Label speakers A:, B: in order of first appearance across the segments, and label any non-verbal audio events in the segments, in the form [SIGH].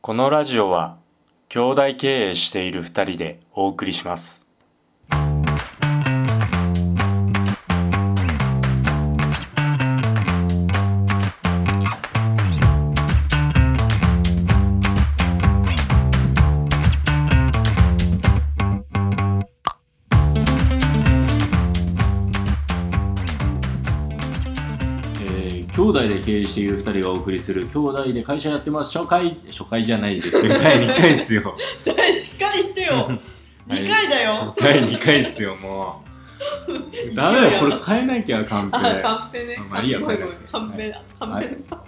A: このラジオは兄弟経営している二人でお送りします
B: えー兄弟で経営している2人がお送りする兄弟で会社やってます初回初回じゃないですよ
C: 第2回っす
D: [LAUGHS]
C: よ。
D: 大しっか
C: [LAUGHS]
D: りしてよ2回だよ
C: 第2回っすよ、も
D: [LAUGHS]
C: う。ダメだよ、これ変えなきゃ、カンペ。
D: あカンペね
C: まあいいや
D: ごめんごめん
C: カ
D: カ
C: ン
D: ン
C: ペ
D: ペだカンペだ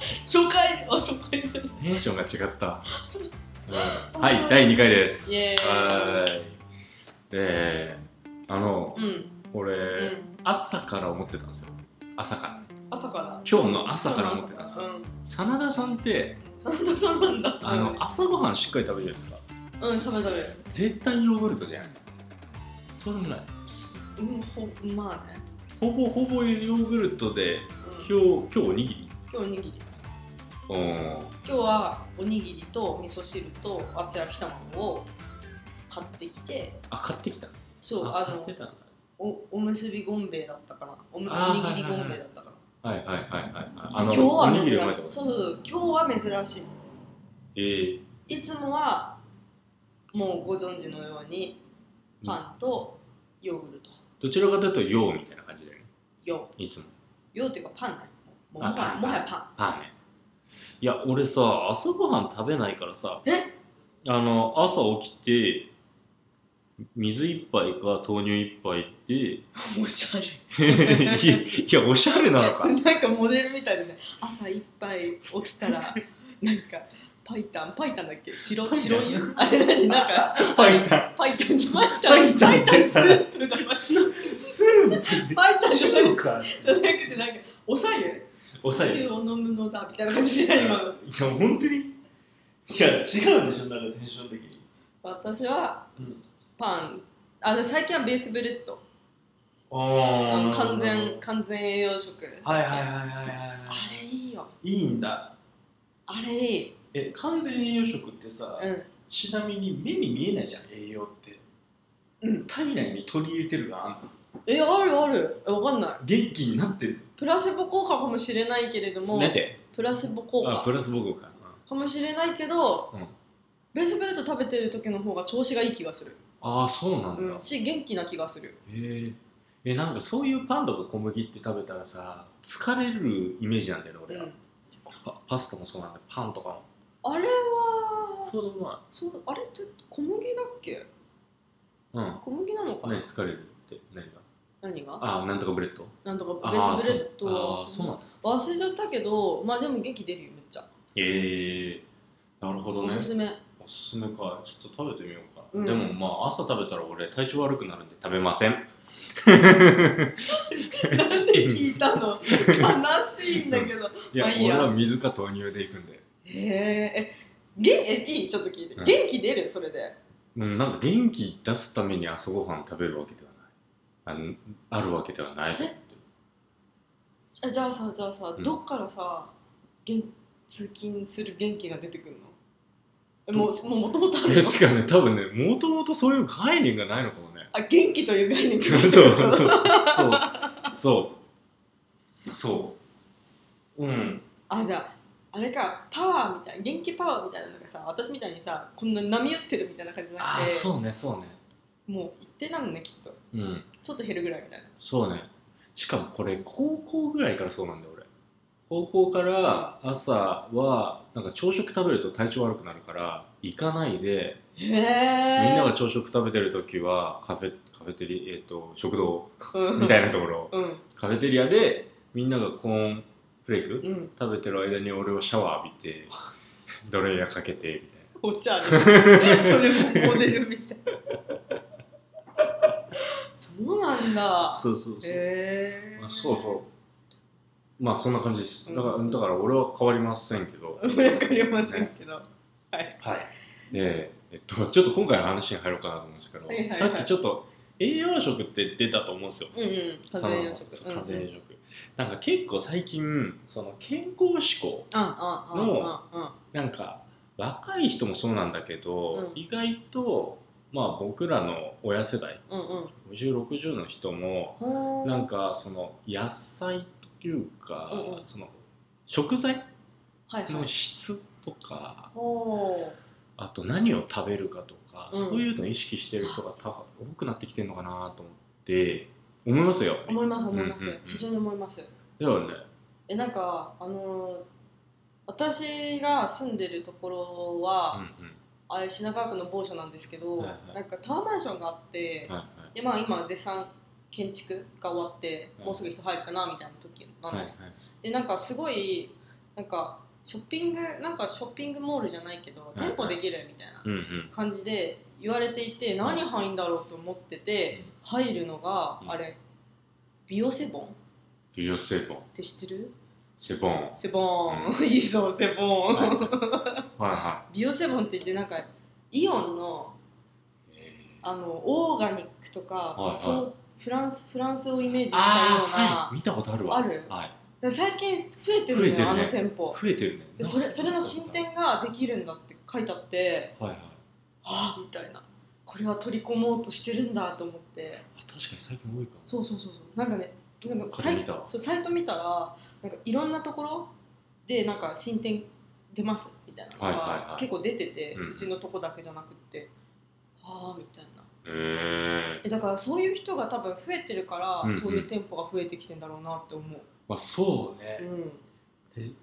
D: 初回あ初回じゃない
C: テンションが違った。うんはい、第2回です。
D: イエーイ
C: はーい。えー、あの、
D: うんう
C: 俺、
D: ん
C: 朝から思ってたんですよ。朝から。
D: 朝から
C: 今日の朝から思ってたんですよ
D: うん
C: 真田さんって、
D: サンタさんなんだ
C: あの、朝ごはんしっかり食べるじゃないですか。
D: うんしゃべしゃべる
C: 絶対ヨーグルトじゃない。そうでもない。
D: うんほまあね
C: ほぼほぼヨーグルトで、
D: うん
C: 今日、今日おにぎり
D: 今日おにぎり
C: うん。
D: 今日はおにぎりと味噌汁と厚焼き卵を買ってきて
C: あ、買ってきた。
D: そう
C: あ
D: あ
C: 買っ
D: の
C: てたんだ
D: おおむすびゴンベイだったかなおむ
C: あ
D: お
C: ー
D: にぎり
C: はいはいは
D: ゴ
C: い
D: ンベイだったかな
C: はいはいはいはい。あ
D: 今
C: の
D: 日は
C: おに
D: 珍
C: ぎ
D: し
C: り
D: いう
C: まいとこ
D: そうそう今日は珍しい
C: えー、
D: いつもはもうご存知のように
C: うん
D: パンとヨーグルト
C: どちらかというと、ようみたいな感じだよね。
D: ヨ
C: いつも。
D: ーヨーっていうかパンねもうも
C: あ
D: はや
C: パン
D: もはやパ
C: パンね。いや、俺さ、朝ごはん食べないからさ、
D: え
C: あの、朝起きて、水一杯か豆乳一杯って、 [LAUGHS]
D: ンおしゃれ
C: いや、おしゃれなのか。
D: [LAUGHS] なんかモデルみたいでね朝一杯起き
C: [LAUGHS]
D: たらなんかパイタンパイタンだっけ白
C: パイタン
D: 白湯あれ何なんか
C: パイタ
D: パイタンパイタン
C: パイタン
D: パイタンスープだパイ
C: ン。スープ
D: タンじゃなくて
C: か。
D: じゃなくてなんかおさゆ
C: おさゆ。い
D: おを飲むのだみたいな感じじゃない今の
C: や、本当に。いや、違うでしょ、なんかテンション的に。
D: 私は
C: うん
D: パンあで最近はベースブレッドあ
C: ああ。
D: の完全。完全栄養食
C: はいはいはいはいはいはい。
D: あれいいよ
C: いいんだ
D: あれいい
C: え完全栄養食ってさ、
D: うん
C: ちなみに目に見えないじゃん栄養って、
D: うん
C: 体内に取り入れてるがあんの
D: えあるあるえわかんない
C: 元気になってる
D: プラセボ効果かもしれないけれども
C: で
D: プラセボ効
C: あプ
D: 果
C: ラス僕か
D: かもしれないけど、
C: うん
D: ベースブレッド食べてる時の方が調子がいい気がする、
C: ああそうなんだ、
D: うん、し元気な気がする
C: へええなんかそういうパンとか小麦って食べたらさ疲れるイメージなんだよね
D: う
C: 俺は、
D: ん
C: パパスタもそうなんだけどパンとかも
D: あれは
C: そうでもな
D: そうあれって小麦だっけ
C: い
D: 小麦なのか
C: うん
D: な、
C: 何疲れるって何が
D: 何が
C: ああなんとかブレッド
D: なんとか
C: あ
D: ベー
C: ー
D: スブレッド
C: そうあーそうなんだ
D: 忘れちゃったけどまあでも元気出るよめっちゃ
C: ええなるほど
D: お
C: ね
D: すすめ
C: おすすめかちょっと食べてみようか、
D: うん
C: でもまあ朝食べたら俺体調悪くなるんで食べませ
D: [LAUGHS]
C: ん
D: なんで
C: [LAUGHS]
D: 聞いたの悲しいんだけど
C: いや
D: まあいいや
C: 俺は水か豆乳でいくんで
D: へええげえいいちょっと聞いて
C: うん
D: 元気出るそれで
C: うんなんか元気出すために朝ごはん食べるわけではないあんあるわけではないと [LAUGHS] 思って
D: あじゃあさじゃあさ、
C: うん
D: どっからさ元通勤する元気が出てくるのえもうもうもともとあ
C: え [LAUGHS]
D: るの
C: てかね多分ねもともとそういう概念がないのかも
D: [LAUGHS]
C: ね
D: あ元気という概念
C: そうそうそう
D: [LAUGHS]
C: そうそううん
D: あじゃああれかパワーみたいな元気パワーみたいなのがさ私みたいにさこんな波打ってるみたいな感じじゃ
C: あ
D: な
C: あ
D: くて
C: そうねそうね
D: もう一定なのねきっと
C: うん
D: ちょっと減るぐらいみたいな
C: そうねしかもこれ高校ぐらいからそうなんだよ俺高校から朝はなんか朝食食べると体調悪くなるから行かないでみ
D: へえ
C: んなが朝食食べてる時はカフェカフェテリえっ、と食
D: [LAUGHS]
C: 堂
D: うん
C: みたいなところ
D: うん
C: カフェテリアでみんながコーンフレーク
D: うん
C: 食べてる間に俺はシャワー浴び
D: [LAUGHS]
C: てドライヤーかけてみたいな
D: おし
C: [LAUGHS]
D: ゃれそれもモデルみたいそうなんだ
C: そうそうそう、
D: へえ
C: まあ、そうそうまあそんな感じですだから,、
D: うん
C: だから俺は変わりませんけど
D: うわかりませんけど、
C: はい。で、えっと、ちょっと今回の話に入ろうかなと思うんですけど、
D: はいはいはい
C: さっきちょっと栄養食って出たと思うんですよ。
D: うんうん風邪養食
C: そのそう風邪養食、なんか結構最近、その健康志向、
D: あああああ
C: なんか、若い人もそうなんだけど、
D: うん
C: 意外と、まあ、僕らの親世代
D: うんうん
C: 5060の人も
D: ほー
C: なんかその野菜というか、
D: うんうん
C: その食材
D: はいは
C: の
D: い
C: 質とか
D: ほ
C: あと何を食べるかとか、
D: うん
C: そういうのを意識してる人が多多くなってきてるのかなと思って思いますよ。
D: ー思います思います、
C: うんうんうん
D: 非常に思います
C: だよね。
D: えなんかあのー私が住んでるところは、あれ品川区の某所なんですけど、
C: はいはい
D: なんかタワーマンションがあって、
C: はいはい
D: でまあ今絶賛建築が終わって、
C: はい
D: もうすぐ人入るかなみたいな時なん
C: はい
D: です、でなんかすごいなんかショッピングなんかショッピングモールじゃないけど
C: いはい
D: 店舗できるみたいな
C: うんうん
D: 感じで言われていて何入んだろうと思ってて入るのが
C: うん
D: あれビオセボンっ
C: ビオセボン
D: て知ってる
C: セ [LAUGHS] ボンはい
D: セボン [LAUGHS] いいぞセボン、
C: は
D: ビオセボンって言ってなんかイオンの
C: い、えー
D: あのオーガニックとか、
C: いはい
D: そうフランスフランスをイメージしたよう
C: あー
D: な、
C: はい見たことあるわ
D: ある
C: はい
D: で最近増えてるのよ
C: 増えてるね
D: あの店舗
C: 増えてるね
D: でそれそれの進展ができるんだって書いてあって
C: はいはい
D: はあみたいなこれは取り込もうとしてるんだと思って
C: あ確かに最近多いかも
D: そうそうそうそうなんかねなんか
C: こ
D: サ
C: れ
D: イ
C: 見た
D: そ
C: わ
D: うサイト見たらなんかいろんなところでなんか進展出ますみたいなの
C: はいはいは
D: が
C: い
D: 結構出てて、
C: うん
D: うちのとこだけじゃなくってはあみたいな
C: ええ
D: えだからそういう人が多分増えてるから、
C: うんうん
D: そういう店舗が増えてきてんだろうなって思う、
C: まあそうね
D: うん、
C: で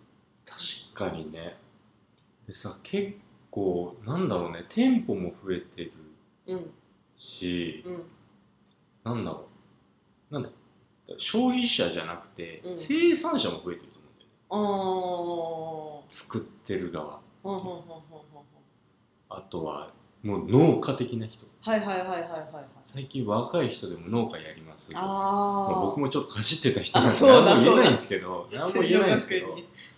C: 確かにねでさ結構なんだろうね店舗も増えてる
D: うん
C: し
D: うん
C: なんだろうなんだ消費者じゃなくて、
D: うん
C: 生産者も増えてると思うんだよね
D: あー
C: 作ってる側
D: ほんほんほんほんほんほん
C: あとはもう農家的な人
D: はいはいはいはいはいはい
C: 最近若い人でも農家やりますとか
D: あ
C: まあ、
D: あ
C: 僕もちょっとかじってた人なん
D: あ
C: で
D: そう
C: 何
D: だ
C: も言
D: そう
C: え
D: だ
C: ないんですけど何も言えないんですけど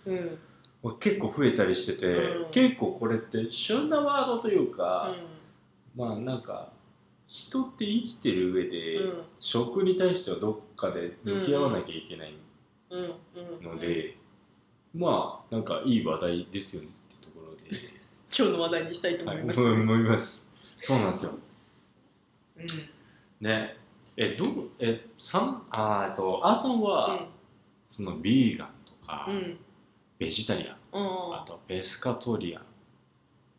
D: うんうん
C: まあ結構増えたりしてて、
D: うん
C: 結構これって旬なワードというか、まあなんか人って生きてる上で、
D: うん
C: 食に対してはどっかで向き合わなきゃいけない
D: うんうん
C: ので、まあなんかいい話題ですよねってとこ
D: [LAUGHS]
C: ろで、
D: 今日の話題にしたいと思
C: はいい、
D: ます、
C: 思いますそうなんですよ
D: うん
C: ねえどうえさんあーえっとあーさんは、そのビーガンとか、
D: うんうん
C: ベジタリアン
D: うん
C: あとペスカトリアン。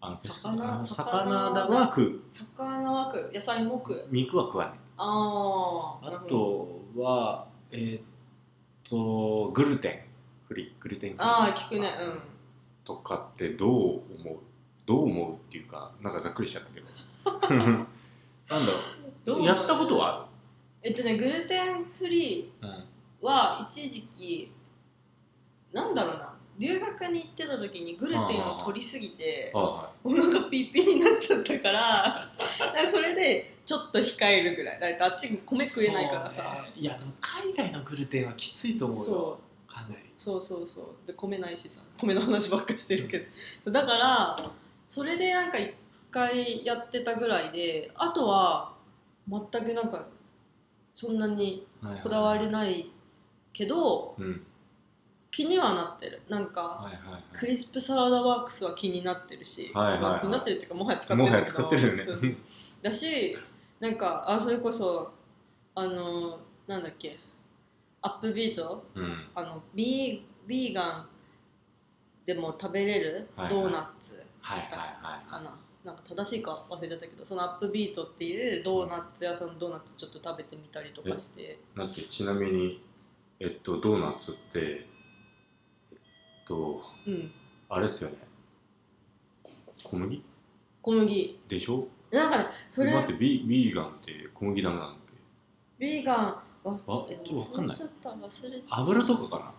C: あのペスカトリアンあ
D: 魚
C: の
D: 魚
C: 魚だなく
D: 魚は食う野菜も食う
C: 肉は食わない。
D: ああ
C: あとは、えーっと、グルテンフリー、グルテンフリー
D: ああ聞くねうん
C: とかってどう思うどう思うっていうか、なんかざっくりしちゃったけど。
D: [LAUGHS]
C: なんだ
D: ど
C: ろ
D: う
C: う。
D: なの
C: やったことは
D: えっとねグルテンフリー
C: ある、
D: は一時期なんだろうな留学に行ってた時にグルテンを取りすぎて
C: あはい
D: お腹ピッピになっちゃったからそれでちょっと控えるぐらいだってあっち米食えないから
B: そう
D: さ
B: ねいやでも海外のグルテンはきついと
D: そう,、
B: 思うよ
D: そ
B: かなり
D: うそうそうで米ないしさ米の話ばっかしてるけどそうだからそれでなんか一回やってたぐらいであとは全くなんかそんなに
C: はいはい。
D: こだわりないけど、
C: うん。
D: 気にはなってるなんか
C: はいはいはい。
D: クリスプサラダワークスは気になってるし、
C: はいはいはい
D: 気になってるっていうかもはや使って
C: も
D: るん
C: は
D: だ
C: や
D: けど
C: 使ってるよね。
D: そうそうだしなんかあそれこそあのなんだっけアップビート
C: うん。
D: あのビービーガンでも食べれる
C: はいはい
D: ドーナツ
C: はいはいはい。
D: かな、なんか正しいか忘れちゃったけどそのアップビートっていうドーナツ屋さんのドーナツちょっと食べてみたりとかして
C: だってちなみにえっとドーナツってえっと
D: うん
C: あれっすよねこ小麦
D: 小麦
C: でしょ
D: なんかねそれ
C: 待ってビビーガンって小麦ダメなんだっけ
D: ビーガンわ
C: あちょっとわかんない
D: 忘れちゃった忘れちゃった
C: 油とかか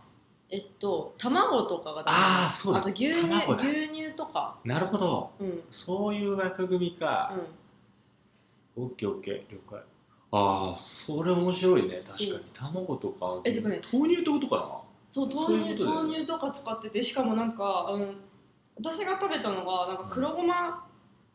D: えっと卵とかがダメ
C: あーそうだ
D: あと牛乳
C: 卵だ
D: 牛乳とか
C: ななるほど
D: うんうん
C: そういう枠組みか、オッケーオッケー了解ああそれ面白いね確かに卵とか
D: えてかね
C: 豆乳ってことかな
D: そう
C: そう
D: 豆
C: い
D: 乳
C: うことだよね
D: 豆乳とか使っててしかもなんか、うん、私が食べたのがなんか黒ごま、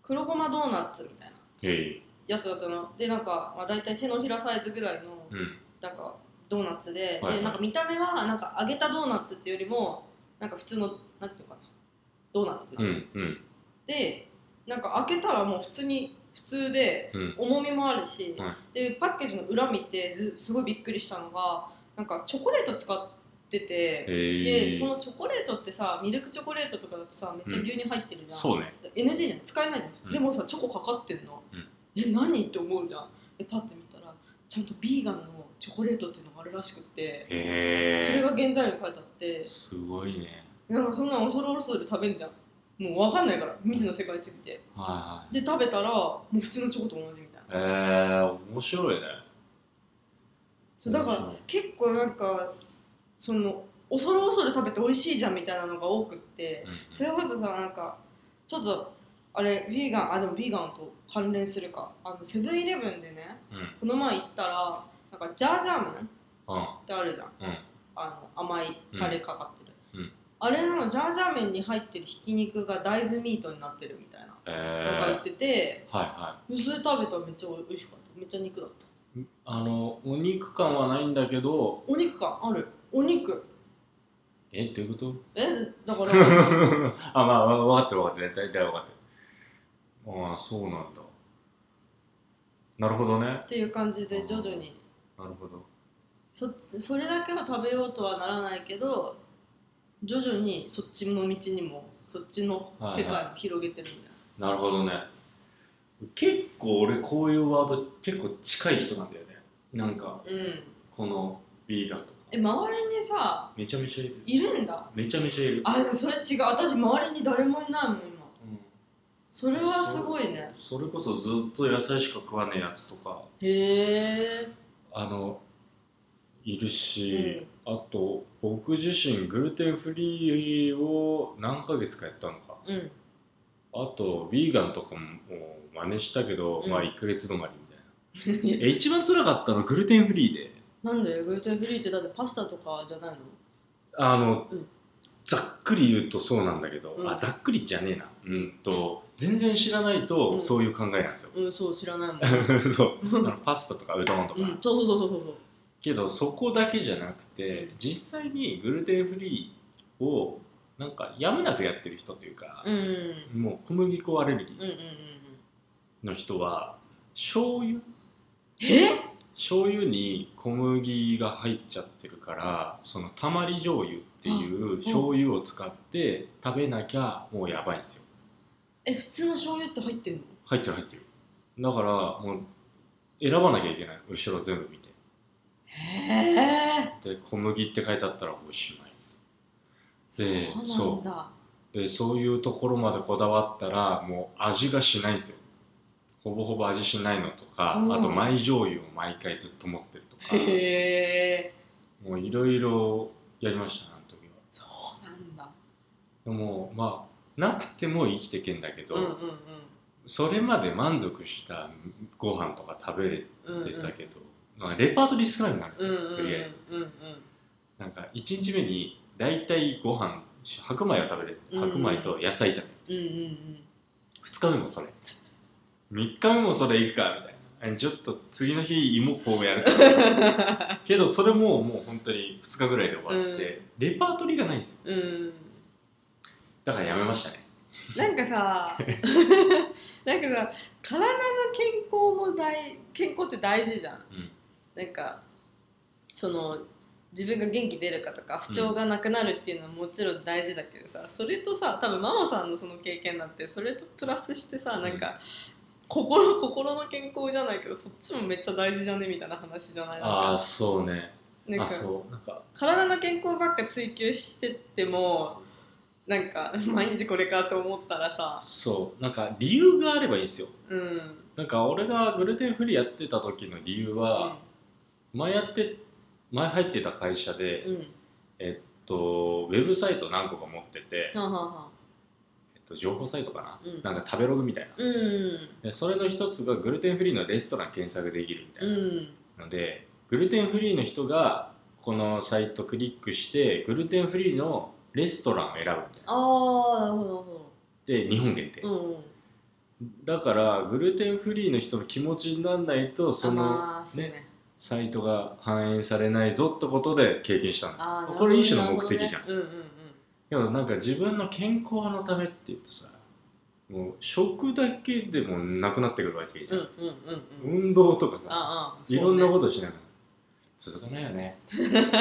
D: 黒ごまドーナツみたいな
C: え
D: やつだったのでなんか、まあ、大体手のひらサイズぐらいの
C: えうん
D: なんかドーナツで,、
C: はいはい
D: でなんか見た目はなんか揚げたドーナツっていうよりもなんか普通のなんていうのかなドーナツな
C: う
D: の、
C: んうん
D: でなんか開けたらもう普通に普通で
C: うん
D: 重みもあるし、
C: は
D: でパッケージの裏見てずすごいびっくりしたのがなんかチョコレート使ってて、
C: え
D: でそのチョコレートってさミルクチョコレートとかだとさめっちゃ牛乳入ってるじゃん、
C: そうね
D: NG じゃん使えないじゃん、
C: うん
D: でもさチョコかかってんの、
C: うん
D: え何って思うじゃんでパッて見たらちゃんとビーガンのチョコレートっていうのがあるらしくって、
C: へ
D: それが原材料に書いてあって
C: すごいね
D: なんかそんなん恐る恐る食べんじゃんもう分かんないから未知の世界すぎて
C: は
D: で食べたらもう普通のチョコと同じみたいな
C: は
D: い
C: いえー、面白いね
D: そうだから
C: 面
D: 結構なんかその恐る恐る食べて美味しいじゃんみたいなのが多くって
C: 白い
D: それこそさなんかちょっとあれヴィーガンあでもヴィーガンと関連するかあのセブンイレブンでね
C: うんうん
D: この前行ったらなんかジャージャー麺
C: うん
D: ってあるじゃん、
C: うん
D: あの甘いタレかかってる、
C: うん
D: あれのジャージャー麺に入ってるひき肉が大豆ミートになってるみたいな、なんか言
C: え
D: ってて
C: ー、はいは
D: それ食べたらめっちゃ美味しかっためっちゃ肉だった
C: いあのお肉感はないんだけど
D: お肉感あるお肉
C: えどういうこと
D: えだから
C: [LAUGHS] あ、まあ、わわかってるわかってる。大体わかってる。ああ、そうなんだ。なるほどね。
D: っていう感じで徐々に
C: なるほど。
D: そそれだけは食べようとはならないけど徐々にそっちの道にもそっちの世界を広げてるみたいな、
C: なるほどね。結構俺こういうワード結構近い人なんだよね。なんか、
D: うん
C: このビーガンとか。
D: え周りにさ
C: めちゃめちゃいる。
D: いるんだ
C: めちゃめちゃいる。
D: あでもそれ違う私周りに誰もいないもん今
C: うん
D: それはすごいね
C: それこそずっと野菜しか食わねえやつとか、
D: へえ
C: あの、いるし、あと僕自身グルテンフリーを何ヶ月かやったのか。
D: うん
C: あと、ヴィーガンとかももう真似したけど、
D: うん
C: まあ1ヶ月止まりみたいな。え、一番辛かったのはグルテンフリーで、
D: なんでグルテンフリーってだってパスタとかじゃないの
C: あの、
D: うん
C: ざっくり言うとそうなんだけど、
D: うん
C: あ、ざっくりじゃねえな。うんと、全然知らないと
D: うん
C: そういう考えなんですよ。 [LAUGHS]
D: うんそう知らないもん
C: そう。 [LAUGHS] あのパスタとかうどんと
D: [LAUGHS]
C: か。
D: うんそうそうそうそうそう
C: けど、そこだけじゃなくて、実際にグルテンフリーを、なんかやむなくやってる人というか
D: う、んうん
C: もう小麦粉アレルギ
D: うんうんう
C: ー
D: ん
C: の人は、醤油
D: え
C: 醤油に小麦が入っちゃってるからそのたまり醤油っていう醤油を使って食べなきゃもうやばいんですよ
D: え普通の醤油って入ってんの
C: 入ってる入ってるだからもう選ばなきゃいけない後ろ全部見て
D: へえ
C: で小麦って書いてあったらおしまいで
D: そうなんだ
C: でそういうところまでこだわったらもう味がしないんですよほぼほぼ味しないのとか、
D: うん
C: あとマイ醤油を毎回ずっと持ってるとか
D: へえ
C: もういろいろやりましたねあの時は
D: そうなんだ
C: でもまあなくても生きてけんだけど、
D: うんうん
C: それまで満足したご飯とか食べれ
D: うんうん
C: てたけど、まあ、レパートリー少なくなるんです
D: うん
C: よ、
D: うんうん
C: とりあえず
D: うんうん
C: なんか1日目に大体ご飯白米を食べれる
D: うん
C: 白米と野菜炒め、
D: うんうん
C: 2日目もそれ3日目もそれいくかみたいなえちょっと次の日芋こうやるか
D: [LAUGHS]
C: けどそれももう本当に2日ぐらいで終わって、レパートリーがないんですよ
D: うんうん
C: だからやめましたね
D: なんか
C: [LAUGHS]
D: さなんかさ体の健康も大健康って大事じゃん、
C: うん
D: なんかその自分が元気出るかとか不調がなくなるっていうのはもちろん大事だけどさ、それとさ多分ママさんのその経験なんてそれとプラスしてさなんか、心心の健康じゃないけどそっちもめっちゃ大事じゃねみたいな話じゃな
C: あ
D: いなん
C: あ
D: か
C: そうね
D: なん
C: あ
D: か
C: そうなんか
D: 体の健康ばっか追求してってもなんか [LAUGHS] 毎日これかと思ったらさ
C: そうなんか理由があればいいんですよ
D: うん
C: なんか俺がグルテンフリーやってた時の理由は、前やって前入ってた会社で、
D: うん、うん
C: えっとウェブサイト何個か持ってて、
D: はあはあはあ
C: えっと、情報サイトかな、
D: うん
C: なんか食べログみたいな、
D: うん
C: でそれの一つがグルテンフリーのレストラン検索できるみた
D: う
C: いなんので、グルテンフリーの人がこのサイトクリックしてグルテンフリーのレストランを選ぶみたいな
D: ああなるほどなるほ
C: で日本限定、
D: どうんうん
C: だからグルテンフリーの人の気持ちにならないとその、
D: あーそうね
C: サイトが反映されないぞってことで経験したんだ
D: あーなるほど
C: これ一種の目的じゃん
D: なるほどね
C: けどなんか自分の健康のためって言うとさもう食だけでもなくなってくるわけじゃ
D: うん
C: ん、
D: うんうんうん
C: 運動とかさ
D: ああ
C: いろんな
D: と
C: ことしながら続かないよね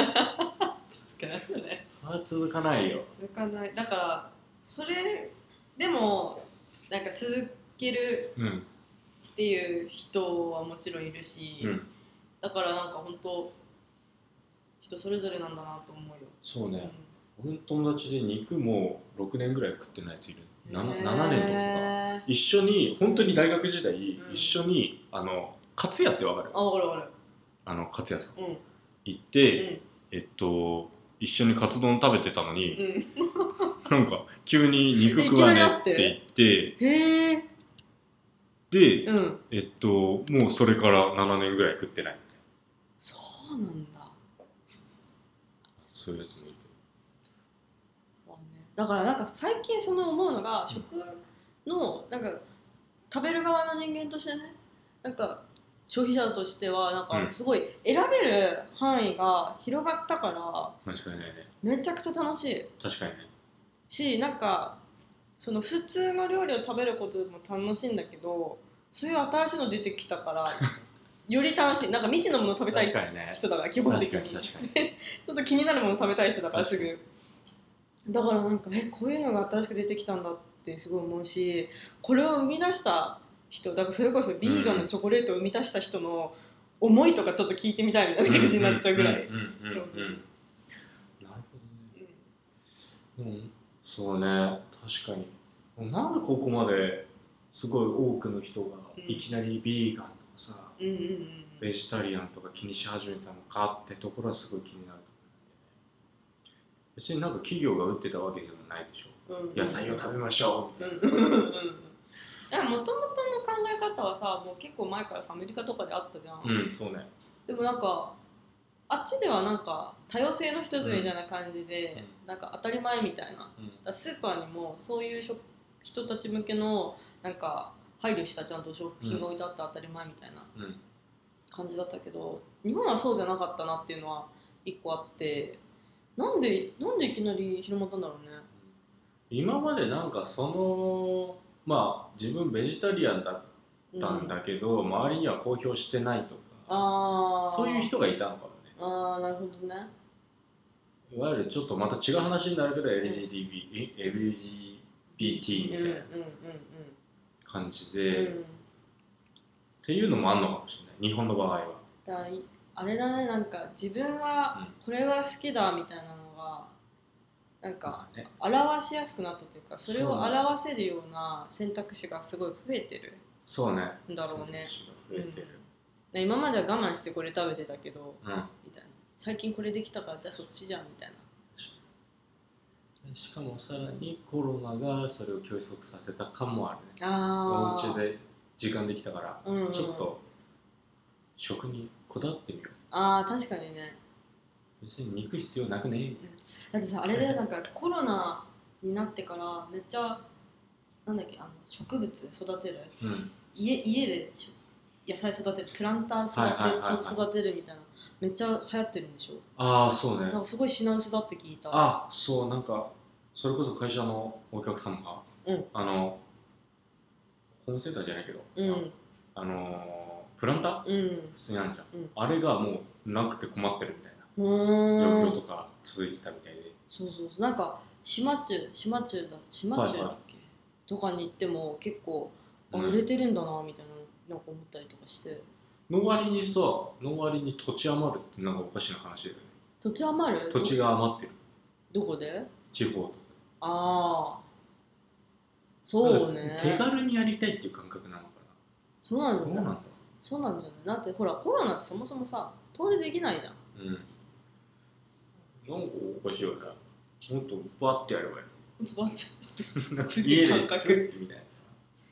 C: そ
D: 続かないよね
C: れは続かないよ
D: [LAUGHS] 続かないだからそれでもなんか続ける
C: うん
D: っていう人はもちろんいるし、
C: うん
D: だからなんか本当人それぞれなんだなと思うよ、
C: そう
D: うん
C: ね俺の友達で肉もう6年ぐらい食ってないやついる 7, 年とか
D: へー
C: 一緒に本当に大学時代、
D: ん
C: 一緒にあのカツ屋ってわかる
D: あわかるわか
C: あのカツ屋さん
D: るうん
C: 行って、えっと一緒にカツ丼食べてたのに、
D: うんうん
C: なんか急に肉
D: え
C: 食わね
D: いきなり会っ
C: ってて言っ
D: へえ
C: てで、
D: うん
C: えっともうそれから7年ぐらい食ってない
D: そうなんだ
C: そういうやつもいる
D: だからなんか最近その思うのが食のなんか食べる側の人間としてねなんか消費者としてはなん
C: う
D: か
C: ん
D: すごい選べる範囲が広がったから
C: 確かにないね
D: めちゃくちゃ楽しい
C: 確かにね
D: しなんかその普通の料理を食べることも楽しいんだけどそういう新しいの出てきた [LAUGHS] からより楽しいなんか未知のもの食べたい
C: 確かにね
D: 人だから基本的に
C: 確かに確
D: [LAUGHS] ちょっと気になるもの食べたい人だからすぐ [LAUGHS] だからなんかえこういうのが新しく出てきたんだってすごい思うしこれを生み出した人だからそれこそビーガンのチョコレートを生み出した人の思いとかちょっと聞いてみたいみたいな感じになっちゃうぐらい、
C: んんんん
D: そうそう
C: なるほどねうんそうね確かになんでここまですごい多くの人が
D: うん
C: いきなりビーガンとかさ、
D: うん、うんうんうん
C: ベジタリアンとか気にし始めたのかってところはすごい気になる別になんか企業が売ってたわけでもないでしょ
D: うん
C: 野菜を食べましょうみたいな
D: もともとの考え方はさもう結構前からさアメリカとかであったじゃん、
C: うんそうね
D: でもなんかあっちではなんか多様性の一つみたいな感じで、
C: う
D: なんか当たり前みたいなだか
C: うん
D: らスーパーにもそういう食人たち向けのなんか配慮したちゃんと食品が置いてあって当たり前みたいな
C: うん
D: 感じだったけど日本はそうじゃなかったなっていうのは一個あってなんでなんでいきなり広まったんだろうね
C: 今までなんかそのまあ自分ベジタリアンだっ
D: う
C: たんだけど、周りには公表してないとか
D: あー
C: そういう人がいたのかもね
D: あーなるほどね
C: いわゆるちょっとまた違う話になるけど LGTB、え LGBT みたいな
D: うんうん
C: 感じ
D: うん
C: で、
D: うん、
C: っ
D: うん
C: ていうのもあんのかもしれない日本の場合は
D: だからいあれだねなんか自分はこれが好きだみたいなのがなんか
C: ね
D: 表しやすくなったというかそれを
C: そうね
D: 表せるような選択肢がすごい増えてる
C: そうね
D: だろうね
C: 増えてる、
D: で今までは我慢してこれ食べてたけど
C: うん
D: みたいな最近これできたからじゃあそっちじゃんみたいな
C: しかもさらにコロナがそれを休息させた感もあるねお
D: あー
C: 家で時間できたから
D: うんうん
C: ちょっと食にこだわってみよ
D: あー確かにね
C: う別に肉必要なくね
D: だってさあれでなんかコロナになってからめっちゃなんだっけあの植物育てる
C: うん
D: 家家でしょ野菜育てるプランター育てる、
C: はいはいはいはい
D: 育てるみたいなめっちゃ流行ってるんでしょ
C: ああそうね
D: なんかすごい品薄だって聞いた
C: あそうなんかそれこそ会社のお客様が、
D: うん
C: あのホームセンターじゃないけど、
D: うん
C: あのープランター
D: うん
C: 普通にあるじゃん、
D: うん
C: あれがもうなくて困ってるみたいうな状
D: ー
C: 況
D: ん
C: とか続いてたみたいで、
D: そうそうそうなんか島中島中だ島中だっけ、
C: はいは
D: とかに行っても結構あ
C: うん
D: 売れてるんだなみたいななんか思ったりとかして
C: の割にさの割に土地余るってなんかおかしな話だよね
D: 土地余る
C: 土地が余ってる
D: どこで
C: 地方とか
D: ああそうね
C: 手軽にやりたいっていう感覚なのか
D: そう
C: な
D: なの
C: どう
D: ね
C: なんだろ
D: そうなんじゃないだってほらコロナってそもそもさ遠出できないじゃん
C: う
D: [LAUGHS]
C: うんなんかおかしいよねもっとバッてやればいい
D: ほんとバッて
C: のに
D: すげえ感覚
C: 家でみたいなさ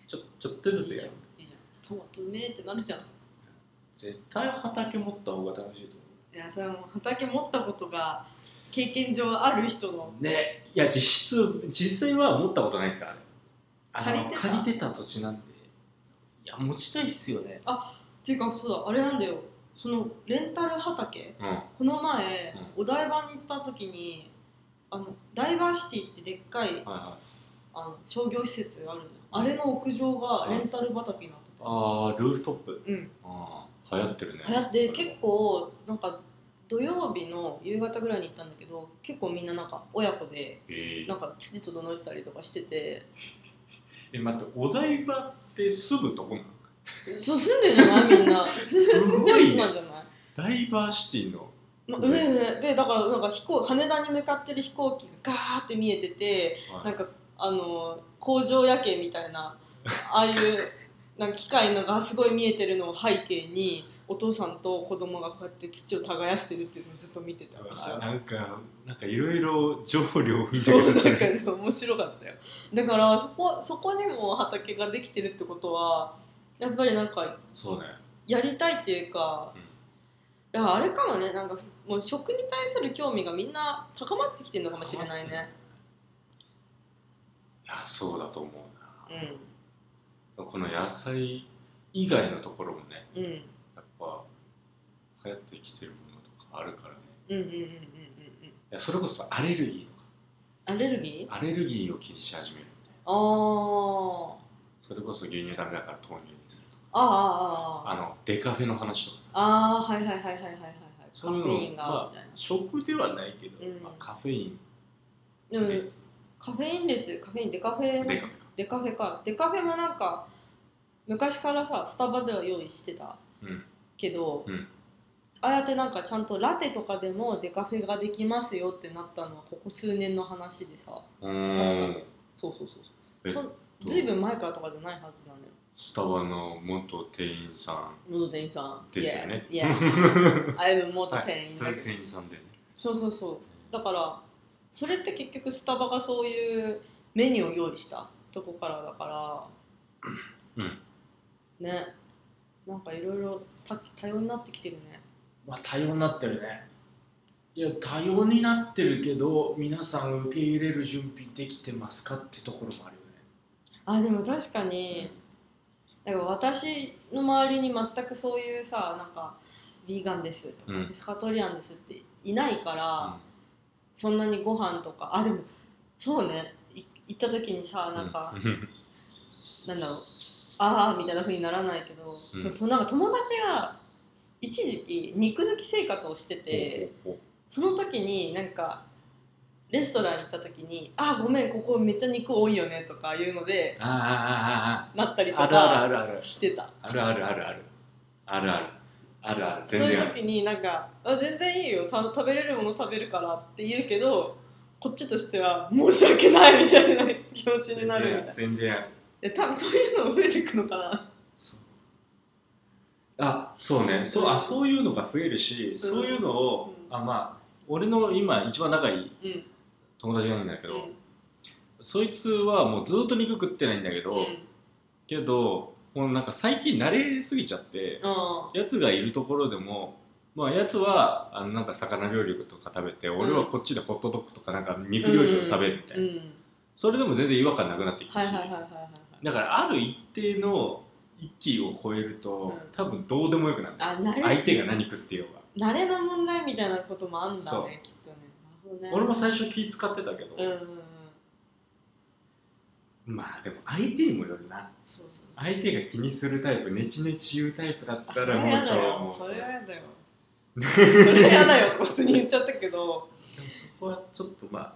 C: ちょちょっとずつ
D: い
C: や
D: いじゃ
C: る
D: んいいじゃんトマトうめえってなるじゃん
C: 絶対畑持った方が楽しいと思
D: いやそれはもう畑持ったことが経験上ある人の
C: うねいや実質実際は持ったことないんですよあれあの
D: 借りてた
C: 借りてた土地なんでいや持ちたいっすよね
D: っていうかそうだあれなんだよそのレンタル畑
C: うん
D: この前、
C: う
D: お台場に行った時にあのダイバーシティってでっかい
C: は
D: ああの商業施設あるのよあれの屋上がレンタル畑になってた、
C: ああルーフトップ
D: うん、
C: ああ流行ってるね
D: 流行って結構なんか土曜日の夕方ぐらいに行ったんだけど結構みんななんか親子で
C: えー
D: なんか土整えてたりとかしてて
C: え待ってお台場ってすぐどこなの
D: そう住んでるんじゃないみんな住んでる人なんじゃない
C: ダイバーシティの
D: ま上上でだからなんか飛行羽田に向かってる飛行機がガーって見えててなんかあの工場夜景みたいなああいうなんか機械のがすごい見えてるのを背景にお父さんと子供がこうやって土を耕してるっていうのをずっと見てた私
C: あ
D: は。
C: なんかなんかいろいろ情量を見て
D: そうなんか
C: る
D: ね面白かったよだからそこそこにも畑ができてるってことはやっぱりなんか
C: そうね
D: やりたいっていうか、
C: うん
D: だからあれかもねなんかもう食に対する興味がみんな高まってきてるのかもしれないね
C: いやそうだと思う
D: う
C: な、
D: ん
C: この野菜以外のところもね
D: うん
C: やっぱ流行ってきてるものとかあるからね
D: うんうんうんうんうんうん
C: いやそれこそアレルギーと
D: アレルギー
C: かアレルギーを気にし始めるみたいな
D: あー
C: それこそ牛乳ダメだから豆乳にするとか
D: あーあー
C: あ
D: あー
C: のデカフェの話とかさ
D: あーはいはいはいはいはいはいはいカ
C: そういう
D: フ
C: の
D: ェインが
C: まあ
D: みたいな、
C: 食ではないけど、
D: うん
C: まあ、カフェイ
D: で
C: ン
D: も
C: です、
D: カフェインレスカフェインデカフェ
C: デカフェか
D: デカフェかデカフェもなんか昔からさスタバでは用意してた
C: うん
D: けど、
C: うん
D: ああやってなんかちゃんとラテとかでもデカフェができますよってなったのはここ数年の話でさ
C: うーん
D: 確かにそうそうそう
C: え
D: そうそずいぶん前からとかじゃないはずなのよ
C: スタバの元店員さん
D: 元店員さん
C: ですよね
D: いや I'm
C: [LAUGHS]
D: 元
C: はい
D: 店員
C: そ
D: だ
C: れ
D: けど
C: 店員さんでね
D: そうそうそうだからそれって結局スタバがそういうメニューを用意したとこからだから
C: うん
D: ねなんかいろいろ多多様になってきてるね
B: まあ、多様になってるねいや多様になってるけど皆さん受け入れる準備できてますかってところもあるよね
D: あでも確かになんか私の周りに全くそういうさなんかビーガンですとか、
C: うん
D: ペスカトリアンですっていないから、
C: うん
D: そんなにご飯とかあでもそうねい行った時にさなんか、
C: うん
D: なんだろうああみたいな風にならないけど、
C: うん
D: でもなんか友達が一時期肉抜き生活をしてて、
C: ほうほ
D: その時になんかレストランに行った時に「ああごめんここめっちゃ肉多いよね」とかいうので
C: うあ
D: なったり
C: ー
D: と
C: あーあーあーある
D: か
C: あるあるある
D: してた
C: あるあるあるあるあるあるあるある
D: そう
C: 全
D: い
C: 然
D: う
C: ある
D: 時になんかあ「全然いいよた食べれるもの食べるから」って言うけどこっちとしては「申し訳ない」みたいな気持ちになるみたいな
C: 全然ある
D: で多分そういうの増えていくのかな
C: あそうねそうあそういうのが増えるし、そういうのを
D: うん
C: あまあ俺の今一番仲いい
D: うん
C: 友達がいるんだけ
D: う
C: ど、
D: ん
C: そいつはもうずっと肉食ってないんだけど、
D: うん
C: けどもうなんか最近慣れすぎちゃって
D: あ
C: やつがいるところでもまあやつはあのなんか魚料理とか食べて、俺はこっちでホットドッグとかなんか肉料理を食べるみたいな、
D: ーうん
C: それでも全然違和感なくなってきて
D: はいはいはいはいはいはい
C: だからある一定の域を超えると、
D: うん
C: 多分どうでもよくなる
D: あ慣れ
C: 相手が何食ってようが、
D: 慣れの問題みたいなこともあんだ
C: そ
D: ねきっとねなるほどね
C: 俺も最初気使ってたけど、
D: うんうんうん
C: まあでも相手にもよるな
D: そうそうそう
C: 相手が気にするタイプネチネチ言うタイプだっ
D: あ
C: た
D: それ
C: ら
D: は
C: もう
D: 嫌
C: ちょ
D: だよ
C: もう
D: それは
C: [LAUGHS]
D: 嫌だよ
C: でも
D: それは嫌だよとか普通に言っちゃったけど
C: そこはちょっとまあ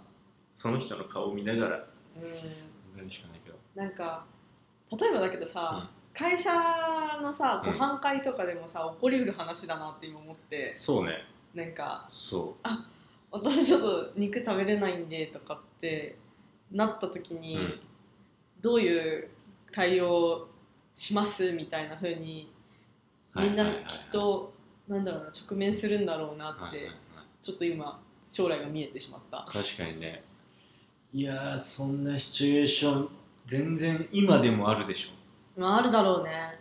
C: その人の顔を見ながら
D: うん
C: 何しかないけど
D: なんか例えばだけどさ会社のさご飯会とかでもさ起こりうる話だなって今思って
C: そうね
D: なんか
C: そ
D: 私ちょっと肉食べれないんでとかってなった時
C: う
D: に、
C: うん
D: どういう対応しますみたいな風にみんな
C: はいはいはいはい
D: きっとなんだろうな直面するんだろうなっ
C: はいはい
D: て
C: はい
D: ちょっと今将来が見えてしまった。
C: 確かにね
B: いやーそんなシチュエーション全然今でもあるでしょ
D: まああるだろうね。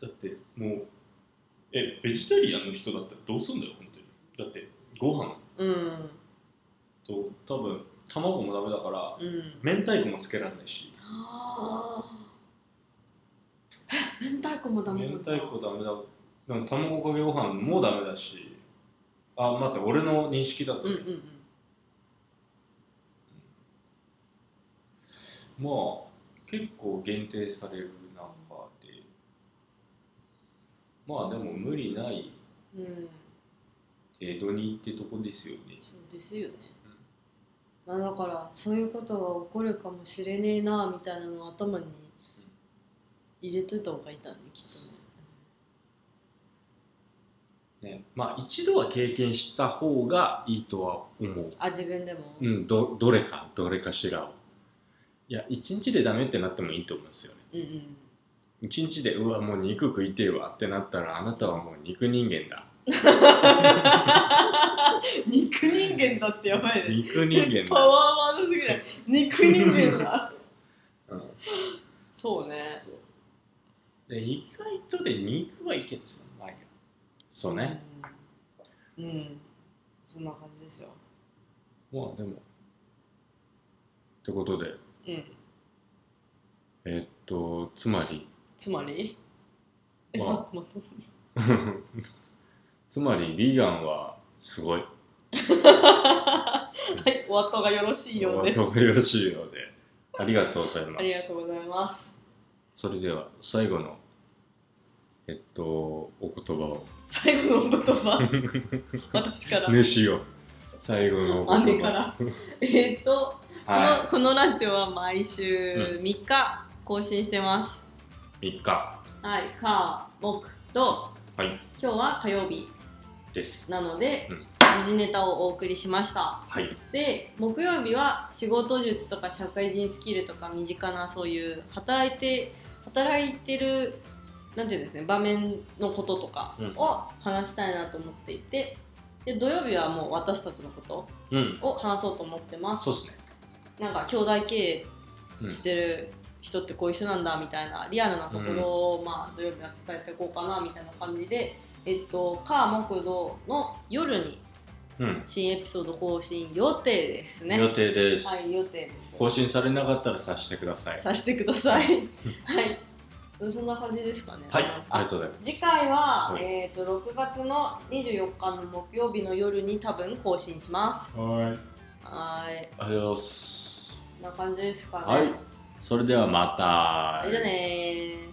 C: だってもうえベジタリアンの人だったらどうすんだよ本当にだってご飯
D: うん
C: と多分卵もダメだから
D: うん。
C: 明太子もつけられないし
D: あーえ明太子もダメな
C: 明
D: んだ
C: 太子ダメだなんか卵かけご飯もダメだしあ待って俺の認識だと、
D: うんうんうん。
C: まあ結構限定されるナンバーでまあでも無理ない
D: うん
C: 程度にってとこですよね
D: そうですよね、まあ、だからそういうことが起こるかもしれねえなみたいなのを頭に入れといた方がいいんだねきっとね
C: ねまあ一度は経験した方がいいとは思う
D: あ自分でも、
C: うんどどれかどれかしらをいや一日でダメってなってもいいと思うんですよね
D: うんうん
C: 一日でうわもう肉食いてえわってなったらあなたはもう肉人間だ
D: 肉人間だってやばいね
C: 肉人
D: [LAUGHS]
C: 間
D: パ
C: だ、
D: ワーワードすぎない肉人間だ
C: [LAUGHS] うん、
D: そうね
C: そうで意外とで肉はいけるんですよ前がそうね
D: うん、うん、そんな感じですよ
C: まあでもってことで
D: うん
C: えっとつまり [LAUGHS]
D: つまりえ、
C: ま
D: ま、待って
C: つまりビーガンはすごい
D: [LAUGHS] はい、お後がよろしいようで。
C: お後がよろしいようでありがとうございま
D: ありが
C: す
D: とうございます。
C: それでは最後のえっとお言葉
D: [LAUGHS]
C: を
D: 最後のお言葉、私から、
C: 主を最後のお言葉
D: 姉から。えーっと、
C: は
D: この、このラジオは毎週3日更新してます。
C: い3日
D: はい、火、木、土、
C: はい
D: 今日は火曜日
C: です
D: なので、
C: うん
D: 時事ネタをお送りしました。
C: はい
D: で、木曜日は仕事術とか社会人スキルとか身近なそういう働いて、働いてる、なんていうんですかね、場面のこととか
C: うん
D: を話したいなと思っていて、で、土曜日はもう私たちのこと
C: うん
D: を話そうと思ってます。
C: そうですね
D: なんか兄弟経営してる人ってこういう人なんだみたいなリアルなところを、まあ、土曜日は伝えていこうかなみたいな感じで、えっと、火木土の夜に
C: うん
D: 新エピソード更新予定ですね。
C: 予定です、
D: はい、予定です。
C: 更新されなかったらさしてください
D: させてください。はい。そんな感じですかね。
C: はいあり
D: あ
C: がとうございます
D: 次回は、
C: はい
D: えっ、と6月の24日の木曜日の夜に多分更新します。
C: はい
D: はーい。
C: ありがとうございます
D: こんな感じですかね。
C: はいそれではまた
D: じゃあねー。